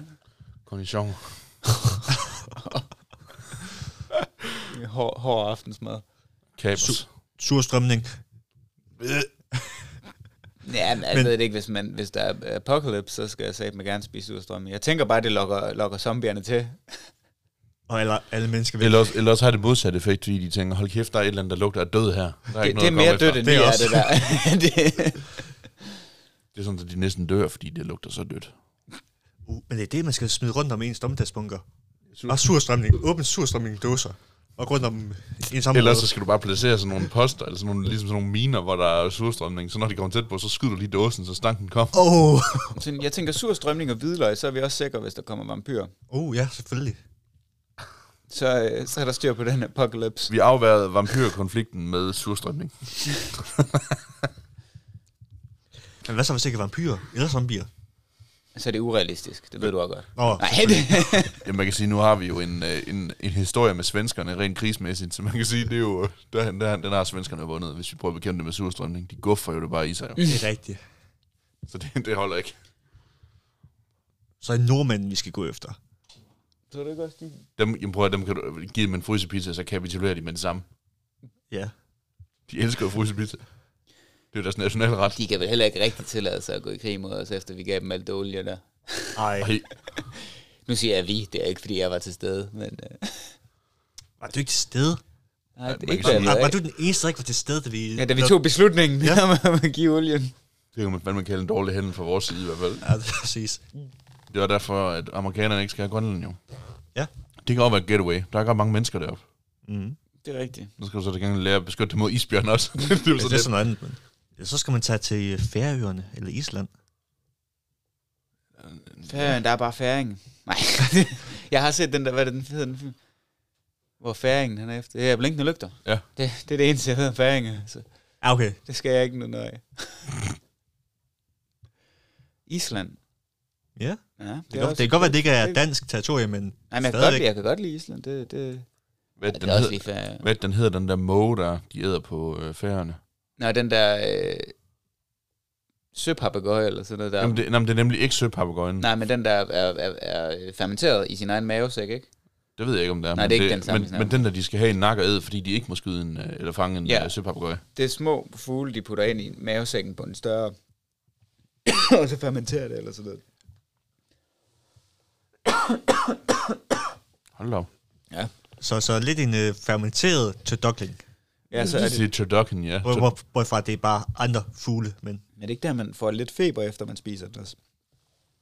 Speaker 2: Kondition.
Speaker 4: hård, hård aftensmad.
Speaker 2: Kapers.
Speaker 3: Sur strømning.
Speaker 4: Ja, men jeg
Speaker 3: Men-
Speaker 4: ved det ikke, hvis, man, hvis der er apocalypse, så skal jeg satme gerne spise surstrømme. Jeg tænker bare, det lokker, lokker zombierne til.
Speaker 3: Og alle, alle mennesker vil.
Speaker 2: Eller også, eller også har det modsatte effekt, fordi de tænker, hold kæft, der er et eller andet, der lugter af død her. Der er
Speaker 4: Det,
Speaker 2: ikke
Speaker 4: det er
Speaker 2: noget at
Speaker 4: mere
Speaker 2: komme
Speaker 4: dødt
Speaker 2: efter.
Speaker 3: Det
Speaker 4: end det
Speaker 3: er
Speaker 4: er,
Speaker 3: også-
Speaker 4: det der. det,
Speaker 2: Det er sådan, at de næsten dør, fordi det lugter så dødt.
Speaker 3: Uh, men det er det, man skal smide rundt om ens dommedagsbunker. Bare surstrømning. Åbn surstrømning dåser. Og rundt om i en samme
Speaker 2: Ellers så
Speaker 3: måde.
Speaker 2: skal du bare placere sådan nogle poster, eller sådan nogle, ligesom sådan nogle miner, hvor der er surstrømning. Så når de kommer tæt på, så skyder du lige dåsen, så stanken kommer.
Speaker 3: Åh,
Speaker 4: Sådan, jeg tænker, sur strømning og hvidløg, så er vi også sikre, hvis der kommer vampyrer.
Speaker 3: oh. oh, ja, selvfølgelig.
Speaker 4: Så, øh, så er der styr på den apocalypse.
Speaker 2: Vi afværede vampyrkonflikten med surstrømning.
Speaker 3: Men hvad så, hvis ikke er vampyrer eller zombier?
Speaker 4: Så er det urealistisk, det ved du også godt.
Speaker 3: Nå,
Speaker 4: Nej, det,
Speaker 2: Jamen, man kan sige, nu har vi jo en, øh, en, en historie med svenskerne, rent krigsmæssigt, så man kan sige, det er jo, der, der, den har svenskerne jo vundet, hvis vi prøver at bekæmpe det med surstrømning. De guffer jo det bare i sig, jo.
Speaker 3: det er rigtigt.
Speaker 2: så det, det holder ikke.
Speaker 3: Så er det nordmænden, vi skal gå efter.
Speaker 4: tror du ikke også, de...
Speaker 2: Dem, jamen, prøv at, dem kan du give dem en frysepizza, så kapitulerer de med det samme.
Speaker 3: Ja.
Speaker 2: De elsker jo frysepizza. Det er jo deres nationalret.
Speaker 4: de kan vel heller ikke rigtig tillade sig at gå i krig mod os, efter vi gav dem alt det olie der.
Speaker 3: Ej,
Speaker 2: Ej,
Speaker 4: Nu siger jeg vi, det er ikke, fordi jeg var til stede, men... Øh,
Speaker 3: var du ikke til stede?
Speaker 4: nej,
Speaker 2: man
Speaker 4: det er
Speaker 2: kan
Speaker 4: ikke,
Speaker 2: sige-
Speaker 4: hvad jeg
Speaker 3: Var,
Speaker 4: ved
Speaker 3: var
Speaker 4: af.
Speaker 3: du den eneste, der ikke var til stede, da vi...
Speaker 4: Ja, da vi tog beslutningen
Speaker 3: Ja.
Speaker 4: ja. om at give olien.
Speaker 2: det kan man fandme kalde en dårlig handel fra vores side i hvert fald.
Speaker 3: Ja, det er præcis.
Speaker 2: Det var derfor, at amerikanerne ikke skal have Grønland jo.
Speaker 3: Ja.
Speaker 2: Det kan også være et getaway. Der er godt mange mennesker deroppe.
Speaker 3: Mm.
Speaker 4: Det er rigtigt.
Speaker 2: Nu skal du så til gengæld lære at beskytte dem mod isbjørn også. det er jo
Speaker 3: Så
Speaker 2: så
Speaker 3: det er
Speaker 2: det.
Speaker 3: sådan noget andet. Men. Ja, så skal man tage til øh, Færøerne eller Island.
Speaker 4: Færøen, der er bare færing. Nej, jeg har set den der, hvad er det, den hedder den film? Hvor færingen han er efter. Det er blinkende lygter.
Speaker 2: Ja.
Speaker 4: Det, det er det eneste, jeg ved om færinger. Så
Speaker 3: Ja, okay.
Speaker 4: det skal jeg ikke nu nøje. Island.
Speaker 3: Ja,
Speaker 4: Ja, det,
Speaker 3: det, kan, det kan godt være, det ikke er dansk territorium, men
Speaker 4: Nej, men jeg kan, godt, lide- jeg kan godt lide Island. Det, det,
Speaker 2: Hvad,
Speaker 4: det
Speaker 2: den
Speaker 4: er også
Speaker 2: hedder,
Speaker 4: lige færre.
Speaker 2: hvad den hedder, den der måge, der de æder på øh, færgerne.
Speaker 4: Nå, den der øh, søpapegøje eller sådan noget der.
Speaker 2: Jamen, det, jamen, det er nemlig ikke søpapagøjen.
Speaker 4: Nej, men den der er, er, er fermenteret i sin egen mavesæk, ikke?
Speaker 2: Det ved jeg ikke, om det er.
Speaker 4: Nej,
Speaker 2: men
Speaker 4: det er ikke den samme, vi
Speaker 2: men,
Speaker 4: snakker
Speaker 2: men den der, de skal have en nakke æd, fordi de ikke må skyde en, øh, eller fange en
Speaker 4: Ja.
Speaker 2: ja. søpapagøje.
Speaker 4: det er små fugle, de putter ind i mavesækken på en større, og så fermenterer det eller sådan noget.
Speaker 2: Hold da op.
Speaker 4: Ja.
Speaker 3: så, så lidt en øh, fermenteret tødokling.
Speaker 4: ja så er
Speaker 2: det,
Speaker 4: det,
Speaker 2: det turducken, ja.
Speaker 3: Hvor, hvor, hvorfra det er bare andre fugle, men
Speaker 4: men det er ikke der, man får lidt feber, efter man spiser det også.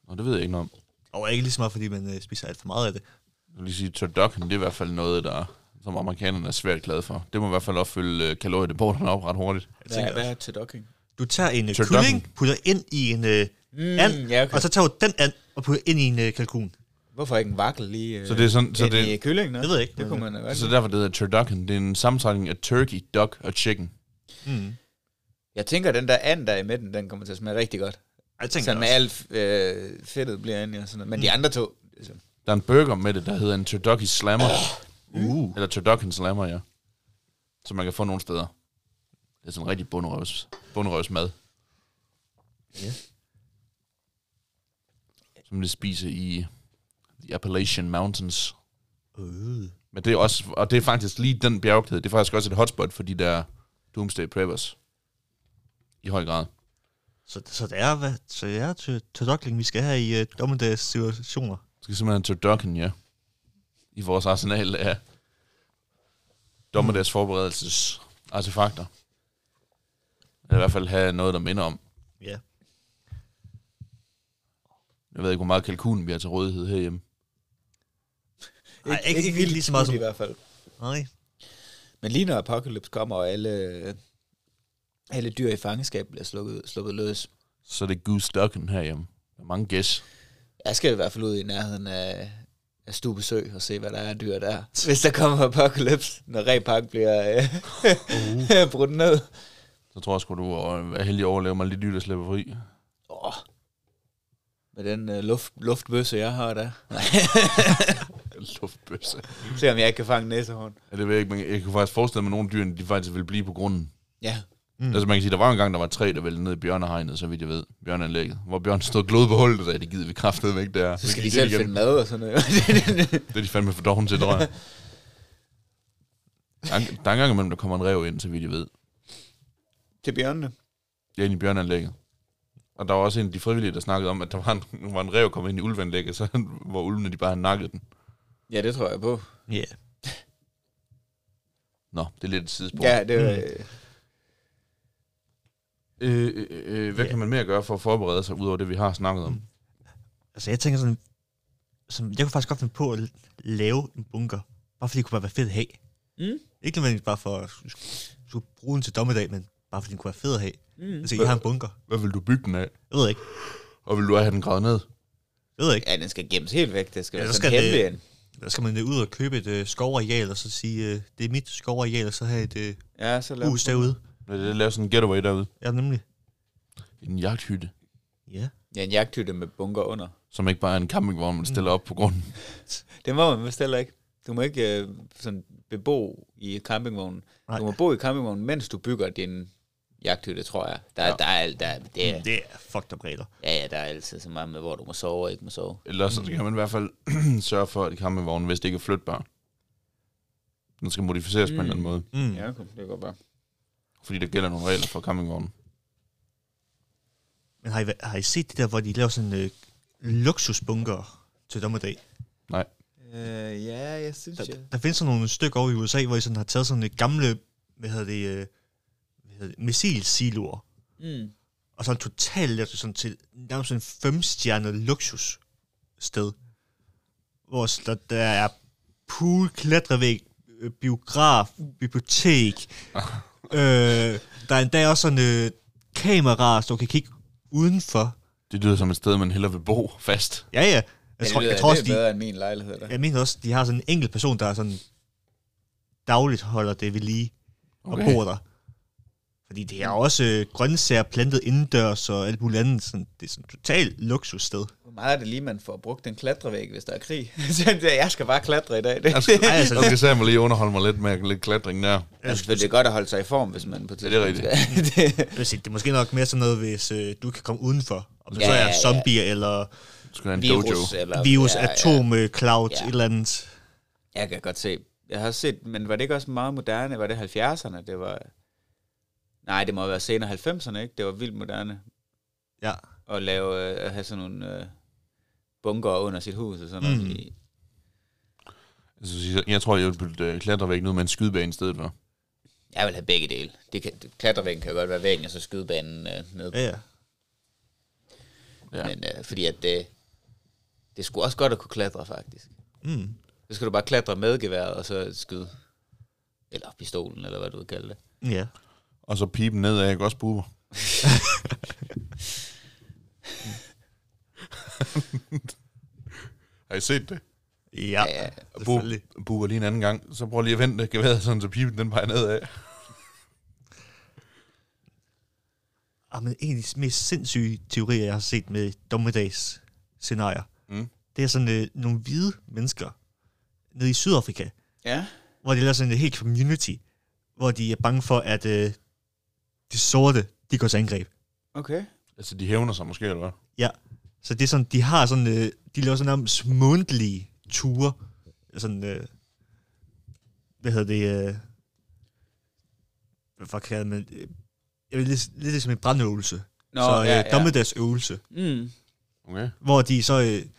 Speaker 2: Og det ved jeg ikke noget om.
Speaker 3: og ikke lige så meget, fordi man øh, spiser alt for meget af det.
Speaker 2: Jeg vil lige sige, turducken, det er i hvert fald noget, der som amerikanerne er svært glade for. Det må i hvert fald opfylde øh, kaloriedepoterne op ret hurtigt.
Speaker 3: Jeg tænker, ja,
Speaker 4: er til docking?
Speaker 3: du tager en øh,
Speaker 2: Turducken.
Speaker 3: kylling, putter ind i en øh,
Speaker 4: Mm,
Speaker 3: and,
Speaker 4: ja, okay.
Speaker 3: og så tager du den and og putter ind i en øh, kalkun.
Speaker 4: Hvorfor ikke en vakkel lige øh,
Speaker 2: Så det er sådan, så
Speaker 4: ind i
Speaker 2: det,
Speaker 4: kyllingen? også?
Speaker 3: Det ved jeg ikke.
Speaker 4: Det kunne man da godt.
Speaker 2: så derfor det hedder turducken. Det er en sammentrækning af turkey, duck og chicken.
Speaker 3: Mm.
Speaker 4: Jeg tænker, den der and, der er i midten, den kommer til at smage rigtig godt.
Speaker 3: Jeg tænker
Speaker 4: Så med
Speaker 3: også. Mm.
Speaker 4: alt øh, fedtet bliver inde i og sådan noget. Men de andre to, altså,
Speaker 2: Der er en burger med det, der hedder en turducky slammer.
Speaker 3: Uh,
Speaker 2: Eller turducken slammer, ja. Som man kan få nogle steder. Det er sådan en rigtig bunderøvs, bunderøvs mad.
Speaker 3: Ja.
Speaker 2: Som det spiser i The Appalachian Mountains.
Speaker 3: Øh.
Speaker 2: Men det er også, og det er faktisk lige den bjergkæde, det er faktisk også et hotspot for de der Doomsday Preppers. I høj grad.
Speaker 3: Så, så det er, hvad, så det er til, til dokling, vi skal have i uh, dommedags situationer.
Speaker 2: Så skal simpelthen til Durkin, ja. I vores arsenal af dommedags forberedelses artefakter. Eller i hvert fald have noget, der minder om.
Speaker 3: Ja.
Speaker 2: Jeg ved ikke, hvor meget kalkun vi har til rådighed herhjemme.
Speaker 3: Nej, ikke, ikke, ikke lige så meget som...
Speaker 4: i hvert fald.
Speaker 3: Nej.
Speaker 4: Men lige når Apocalypse kommer, og alle, alle dyr i fangenskab bliver slukket, sluppet løs,
Speaker 2: Så er det Goose Durkin herhjemme. Der er mange gæs.
Speaker 4: jeg skal i hvert fald ud i nærheden af, af Stubesø og se, hvad der er af dyr der. Hvis der kommer Apocalypse, når Repark bliver øh, brudt ned.
Speaker 2: Så tror jeg sgu, du øh, er heldig at overleve mig lidt dyrt og slippe fri.
Speaker 4: Åh. Med den øh, luft, luftbøsse, jeg har der.
Speaker 2: Luftbøsse.
Speaker 4: Se om jeg ikke kan fange næsehorn.
Speaker 2: Ja, det ved jeg ikke, men jeg kan faktisk forestille mig, at nogle dyr, de faktisk vil blive på grunden.
Speaker 4: Ja.
Speaker 2: Mm. Altså man kan sige, der var en gang, der var tre, der væltede ned i bjørnehegnet, så vidt jeg ved, bjørneanlægget, hvor bjørn stod glod på hullet, og sagde, det gider vi kraftedeme ikke der.
Speaker 4: Så skal de selv finde mad og sådan noget.
Speaker 2: Det er de fandme for doven til, tror jeg. Der er, en- der er en gang imellem, der kommer en rev ind, så vidt jeg ved.
Speaker 4: Til bjørnene.
Speaker 2: Ja, ind i bjørneanlægget. Og der var også en af de frivillige, der snakkede om, at der var en, var en rev, kom ind i ulveanlægget, så, hvor ulvene de bare havde nakket den.
Speaker 4: Ja, det tror jeg på.
Speaker 3: Ja. Yeah.
Speaker 2: Nå, det er lidt et sidespor.
Speaker 4: Ja, det er... Mm.
Speaker 2: Øh, øh, øh, hvad
Speaker 3: Ja.
Speaker 2: kan man mere gøre for at forberede sig, udover det, vi har snakket om?
Speaker 3: Altså, jeg tænker sådan... Som, jeg kunne faktisk godt finde på at l- lave en bunker. Bare fordi det kunne bare være fedt at have.
Speaker 4: Mm.
Speaker 3: Ikke nødvendigvis bare for at skulle, skulle bruge den til dommedag, men bare fordi den kunne være fed at have.
Speaker 4: Mm.
Speaker 3: Altså, jeg har en bunker.
Speaker 2: Hvad vil du bygge den af?
Speaker 3: Jeg ved ikke.
Speaker 2: Og vil du have den gravet ned?
Speaker 3: Jeg ved ikke.
Speaker 4: Ja, den skal gemmes helt væk. Det skal
Speaker 3: Ja,
Speaker 4: ja, være
Speaker 3: så
Speaker 4: sådan
Speaker 3: skal
Speaker 4: hemmelig
Speaker 3: det-
Speaker 4: en.
Speaker 3: Der skal man øh, ud og købe et øh, skovareal, og så sige, øh, det er mit skovareal, og så have et øh,
Speaker 4: Ja, så lad
Speaker 3: hus derude.
Speaker 2: Vil det lave sådan en getaway derude?
Speaker 3: Ja, nemlig.
Speaker 2: En jagthytte,
Speaker 3: Ja.
Speaker 4: Ja, en jagthytte med bunker under.
Speaker 2: som ikke bare er en campingvogn, man stiller op på grunden.
Speaker 4: Det må man vist heller ikke. Du må ikke øh, sådan bebo i campingvognen.
Speaker 3: Nej.
Speaker 4: Nej. Du må bo i campingvognen, mens du bygger din jagthytte, tror jeg. Der, ja. der er alt, der, det er,
Speaker 3: Det er fucked up regler.
Speaker 4: ja, ja, der er altid så meget med, hvor du må sove og ikke må sove.
Speaker 2: Ellers så kan man i hvert fald sørge for, at campingvognen, hvis det ikke er flytbar, den skal modificeres mm. på en eller anden måde.
Speaker 3: Mm.
Speaker 4: Ja, det kan godt være.
Speaker 2: Fordi der gælder nogle regler for campingvognen.
Speaker 3: Men har I, væ- har I set det der, hvor de laver sådan øh, luksusbunker til dommedag?
Speaker 2: Nej.
Speaker 4: Øh, ja, jeg synes,
Speaker 3: Der,
Speaker 4: jeg...
Speaker 3: der findes sådan nogle stykker over i USA, hvor I sådan har taget sådan et gamle, hvad hedder det, øh, hvad hedder det missilsiloer,
Speaker 4: Mm.
Speaker 3: og sådan totalt lavet det sådan til nærmest sådan en femstjernet luksus sted, hvor s- der, der er pool, klatrevæg, øh, biograf, bibliotek, øh, der er endda også sådan øh, kameraer, så du kan kigge udenfor.
Speaker 2: Det lyder som et sted, man hellere vil bo fast.
Speaker 3: Ja, ja.
Speaker 4: Jeg
Speaker 3: Jeg,
Speaker 4: ja,
Speaker 3: tror,
Speaker 4: det
Speaker 3: jeg
Speaker 4: lyder
Speaker 3: tror også,
Speaker 4: lidt
Speaker 3: de,
Speaker 4: bedre end min lejlighed, der.
Speaker 3: jeg mener også, de har sådan en enkelt person, der er sådan dagligt holder det ved lige okay. og
Speaker 2: Okay.
Speaker 3: bor der. Fordi det er også øh, grøntsager plantet indendørs og alt muligt andet. Sådan, det er sådan et totalt luksussted.
Speaker 4: Hvor meget er det lige, man får brugt den klatrevæg, hvis der er krig? Så det er, jeg skal bare klatre i dag. Det,
Speaker 2: Altså,
Speaker 3: Ej, altså,
Speaker 2: okay, så jeg må lige underholde mig lidt med lidt klatring der.
Speaker 4: altså, det er godt at holde sig i form, hvis man på
Speaker 2: Ja, det er
Speaker 4: rigtigt. det,
Speaker 3: jeg vil sige, det er måske nok mere sådan noget, hvis øh, du kan komme udenfor. Om det
Speaker 4: Ja,
Speaker 3: så
Speaker 4: ja,
Speaker 3: er
Speaker 4: ja.
Speaker 3: zombier eller
Speaker 2: Du skal have en
Speaker 4: virus
Speaker 2: dojo.
Speaker 4: eller...
Speaker 3: virus,
Speaker 4: ja,
Speaker 3: ja,
Speaker 4: ja.
Speaker 3: atom, øh, cloud,
Speaker 4: Ja.
Speaker 3: ja. et eller andet.
Speaker 4: Jeg kan godt se. Jeg har set, men var det ikke også meget moderne? Var det 70'erne? Det var... Nej, det må være senere 90'erne, ikke? Det var vildt moderne
Speaker 3: Ja.
Speaker 4: at lave, øh, at have sådan nogle øh, bunker under sit hus og sådan mm. noget. i-
Speaker 2: Altså, Jeg tror, jeg vil bytte øh, klatrevæggen ud med en skydebane i stedet for.
Speaker 4: Jeg vil have begge dele. Det kan, klatrevæggen kan jo godt være væggen, og så skydebanen øh, ned.
Speaker 3: Ja, ja.
Speaker 2: Ja.
Speaker 4: Ja. Men øh, fordi at det, det skulle også godt at kunne klatre, faktisk.
Speaker 3: Mm.
Speaker 4: Så skal du bare klatre med geværet, og så skyde. Eller pistolen, eller hvad du vil kalde det.
Speaker 3: ja.
Speaker 2: Og så pipen nedad, ikke også, buber? Har I set det?
Speaker 3: Ja,
Speaker 4: Ja, ja.
Speaker 3: ja,
Speaker 2: Bu-
Speaker 3: selvfølgelig.
Speaker 2: buber lige en anden gang. Så prøv lige at vente geværet, sådan så pipen den peger nedad.
Speaker 3: Ah, men en af de mest sindssyge teorier, jeg har set med dommedagsscenarier,
Speaker 2: Mm.
Speaker 3: det er sådan øh, nogle hvide mennesker nede i Sydafrika,
Speaker 4: Ja.
Speaker 3: hvor de laver sådan en helt community, hvor de er bange for, at øh, de sorte, de går til angreb.
Speaker 4: Okay.
Speaker 2: Altså, de hævner sig måske, eller hvad?
Speaker 3: Ja, så det er sådan, de har sådan, øh, de laver sådan nærmest månedlige ture sådan, øh, hvad hedder det, øh, hvad fuck kalder man det? øh, Jeg vil lidt, lidt ligesom en brandøvelse.
Speaker 4: Nå,
Speaker 3: så øh,
Speaker 4: ja, ja.
Speaker 3: dommedagsøvelse,
Speaker 4: Mm.
Speaker 2: Okay.
Speaker 3: hvor de så øh,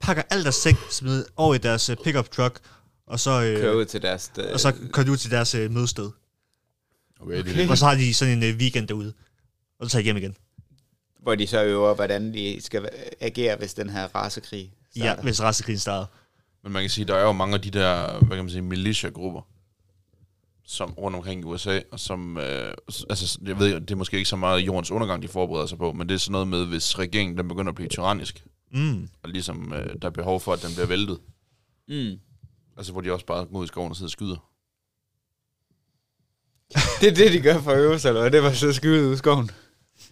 Speaker 3: pakker alt deres sæk smider over i deres øh, pickup truck, og så,
Speaker 4: Kører
Speaker 3: øh,
Speaker 4: ud til deres... Øh,
Speaker 3: og så kører de ud til deres øh, mødested.
Speaker 2: Okay, okay. Det,
Speaker 3: Og så har de sådan en øh, weekend derude, og så tager de hjem igen.
Speaker 4: Hvor de så øver, hvordan de skal øh, agere, hvis den her rasekrig
Speaker 3: Ja,
Speaker 4: starter.
Speaker 3: hvis restekrigen starter.
Speaker 2: men man kan sige, der er jo mange af de der, hvad kan man sige, militiagrupper, som rundt omkring i USA, og som, øh, s- altså, jeg ved, det er måske ikke så meget jordens undergang, de forbereder sig på, men det er sådan noget med, hvis regeringen den begynder at blive tyrannisk,
Speaker 3: Mm.
Speaker 2: og ligesom øh, der er behov for, at den bliver væltet,
Speaker 4: Mm.
Speaker 2: altså hvor de også bare går ud i skoven og sidder og skyder.
Speaker 4: Det er det, de gør for at øve sig, eller hvad? Det var så skyde ud i skoven.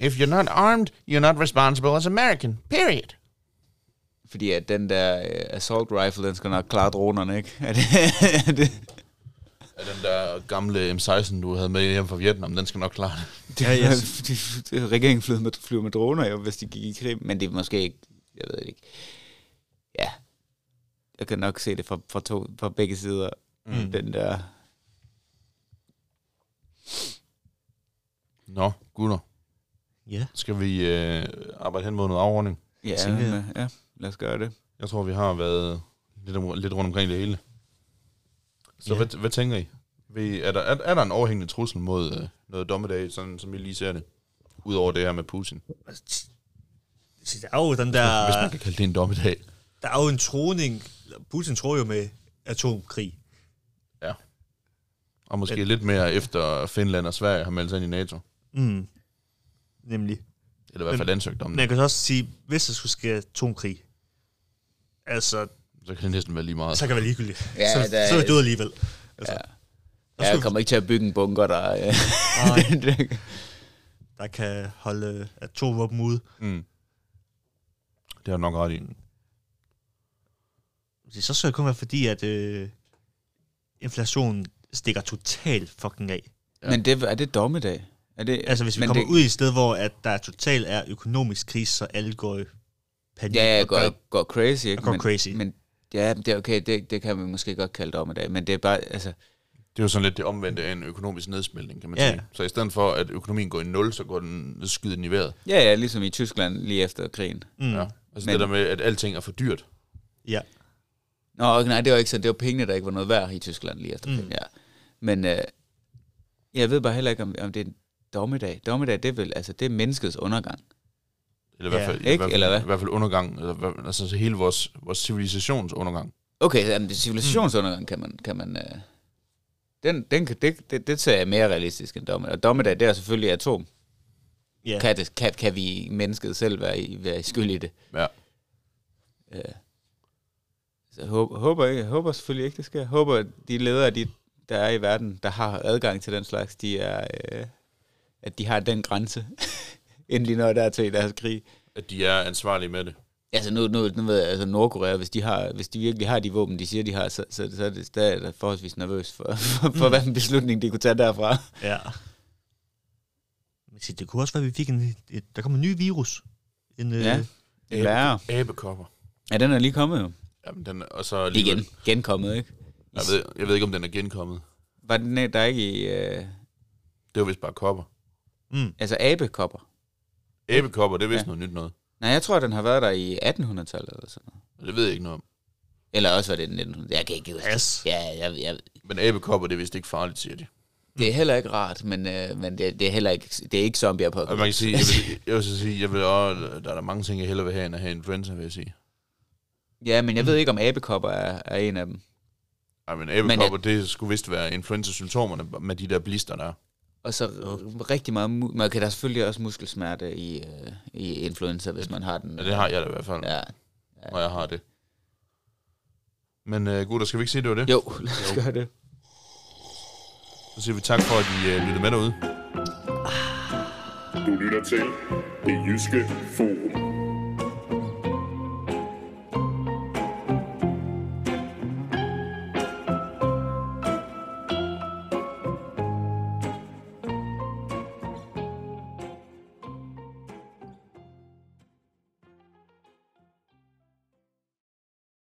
Speaker 2: If you're not armed, you're not responsible as American, period.
Speaker 4: Fordi at den der øh, assault rifle, den skal nok klare dronerne, ikke? Er det, er det,
Speaker 2: At den der gamle M16, du havde med hjem fra Vietnam, den skal nok klare det.
Speaker 4: det,
Speaker 3: Ja, jeg-
Speaker 4: det, det regeringen flyver med, flyver med droner, jo, hvis de gik i krig. Men det er måske ikke... Jeg ved det ikke. Ja. Jeg kan nok se det fra, fra, to, fra begge sider. Mm. Den der...
Speaker 2: Nå, gutter,
Speaker 3: Ja.
Speaker 2: skal vi øh, arbejde hen mod noget afrunding?
Speaker 4: Ja,
Speaker 3: tænker jeg.
Speaker 4: men, ja, lad os gøre det.
Speaker 2: Jeg tror, vi har været lidt, om, lidt rundt omkring det hele. Så
Speaker 3: Ja.
Speaker 2: ja. hvad, hvad tænker I? Vi, er, der, er, er der en overhængende trussel mod øh, noget dommedag, sådan som vi lige ser det? Udover det her med Putin.
Speaker 3: Altså, t- Der er jo den der...
Speaker 2: Hvis man kan kalde det en dommedag.
Speaker 3: der er jo en troning. Putin tror jo med atomkrig.
Speaker 2: Ja. Og måske lidt mere efter Finland og Sverige har meldt sig ind i NATO.
Speaker 3: Mm. Nemlig.
Speaker 2: Eller i hvert fald ansøgt om
Speaker 3: Men
Speaker 2: det.
Speaker 3: jeg kan så også sige, hvis der skulle ske atomkrig, altså,
Speaker 2: Så kan det næsten være lige meget.
Speaker 3: så kan det være ligegyldigt.
Speaker 4: Ja,
Speaker 3: så,
Speaker 4: der-
Speaker 3: så er det død alligevel. Altså,
Speaker 4: Ja.
Speaker 3: ja.
Speaker 4: Ja, jeg kommer ikke til at bygge en bunker, der... Øh,
Speaker 3: Der kan holde atomvåben ude.
Speaker 2: Mm. Det har du nok ret i.
Speaker 3: Det så skal det kun være fordi, at øh, inflationen stikker totalt fucking af.
Speaker 2: Ja.
Speaker 4: Men det, er det dommedag? Er det,
Speaker 3: Altså, hvis vi
Speaker 4: men
Speaker 3: Men kommer
Speaker 4: det,
Speaker 3: det... ud i et sted, hvor at der totalt er økonomisk krise, så alle går i panik.
Speaker 4: Ja, ja,
Speaker 3: og gør-
Speaker 4: går, går crazy, ikke?
Speaker 3: og går crazy.
Speaker 4: Men, ja, det er okay, det, det kan man måske godt kalde dommedag, men det er bare, altså,
Speaker 2: Det er jo sådan lidt det omvendte af en økonomisk nedsmeltning, kan man
Speaker 3: Ja.
Speaker 2: ja. sige. Så i stedet for, at økonomien går i nul, så går den skyder den i vejret.
Speaker 4: ja, ja, ligesom i Tyskland lige efter krigen.
Speaker 3: Mm.
Speaker 2: Ja.
Speaker 3: Ja.
Speaker 2: Altså Men. det
Speaker 4: Men-
Speaker 2: der med, at alting er for dyrt.
Speaker 3: ja.
Speaker 4: Nå, okay, nej, det var ikke sådan, det var pengene, der ikke var noget værd i Tyskland lige
Speaker 3: Mm.
Speaker 4: efter krigen, ja. Men øh, jeg ved bare heller ikke, om, om det er en dommedag. Dommedag, det er vel, altså, det er menneskets undergang.
Speaker 2: Eller i hvert
Speaker 3: Ja,
Speaker 2: fald, i,
Speaker 4: ikke?
Speaker 2: hvert fald,
Speaker 4: Eller hvad?
Speaker 2: i hvert fald undergang. Eller, hvad- altså så hele vores, vores civilisations undergang.
Speaker 4: Okay, jamen, det er
Speaker 3: Mm.
Speaker 4: civilisationsundergang, kan man... Kan man øh, den, den, kan- det, det, det ser jeg mere realistisk end dommedag. Og dommedag, det er selvfølgelig atom.
Speaker 3: ja.
Speaker 4: Kan, det, kan, kan vi mennesket selv være, i- være skyld i det?
Speaker 2: Ja.
Speaker 4: Øh. Så jeg håber, håber, ikke, jeg håber selvfølgelig ikke, det sker. Jeg håber, at de ledere, de, der er i verden, der har adgang til den slags, de er, øh, at de har den grænse, endelig når der er til i deres krig.
Speaker 2: At de er ansvarlige med det.
Speaker 4: Altså nu, nu, nu ved jeg, altså Nordkorea, hvis de, har, hvis de virkelig har de våben, de siger, de har, så, så, så er det stadig forholdsvis nervøs for, for, for mm. hvad en beslutning, de kunne tage derfra.
Speaker 3: Ja. Men se, det kunne også være, at vi fik en... Et, der kom en ny virus. En,
Speaker 4: Ja.
Speaker 3: Øh,
Speaker 4: Det er værre.
Speaker 2: Abekopper.
Speaker 4: Ja, den er lige kommet jo.
Speaker 2: Jamen, den, og så
Speaker 4: Lige
Speaker 2: alligevel-
Speaker 4: igen. Genkommet, ikke?
Speaker 2: Jeg ved, jeg ved ikke, om den er genkommet.
Speaker 4: Var den øh, der ikke i... Øh,
Speaker 2: Det var vist bare kopper.
Speaker 3: mm,
Speaker 4: altså abekopper?
Speaker 2: Abekopper, det er vist
Speaker 4: Ja.
Speaker 2: ja. noget nyt noget.
Speaker 4: Nej, jeg tror, den har været der i 1800-tallet eller sådan noget.
Speaker 2: Det ved jeg ikke noget om.
Speaker 4: Eller også var det 1900. Jeg kan ikke huske. det.
Speaker 3: pas.
Speaker 4: Ja, jeg, jeg,
Speaker 2: Men abekopper, det er vist ikke farligt, siger de. Mm.
Speaker 4: det er heller ikke rart, men, øh, men det, det, er heller ikke, det er ikke zombie på.
Speaker 2: Og man kan sige, jeg vil, jeg vil så sige, jeg vil også, der er der mange ting, jeg hellere vil have, end at have influenza, vil jeg sige.
Speaker 4: Ja, men jeg ved ikke, om abekopper er, er en af dem.
Speaker 2: Ej, men abekopper, det skulle vist være influenza-symptomerne med de der blister der.
Speaker 4: Og så r- rigtig meget... Mu- man kan der er selvfølgelig også muskelsmerte i, øh, i influenza, hvis man har den.
Speaker 2: Ja, det har jeg da i hvert fald, ja.
Speaker 4: Ja.
Speaker 2: når jeg har det. Men uh, gutter, skal vi ikke sige, det var det?
Speaker 4: Jo, lad os gøre det.
Speaker 2: Så siger vi tak for, at I uh, lyttede med derude.
Speaker 1: Du lytter til Det Jyske Forum.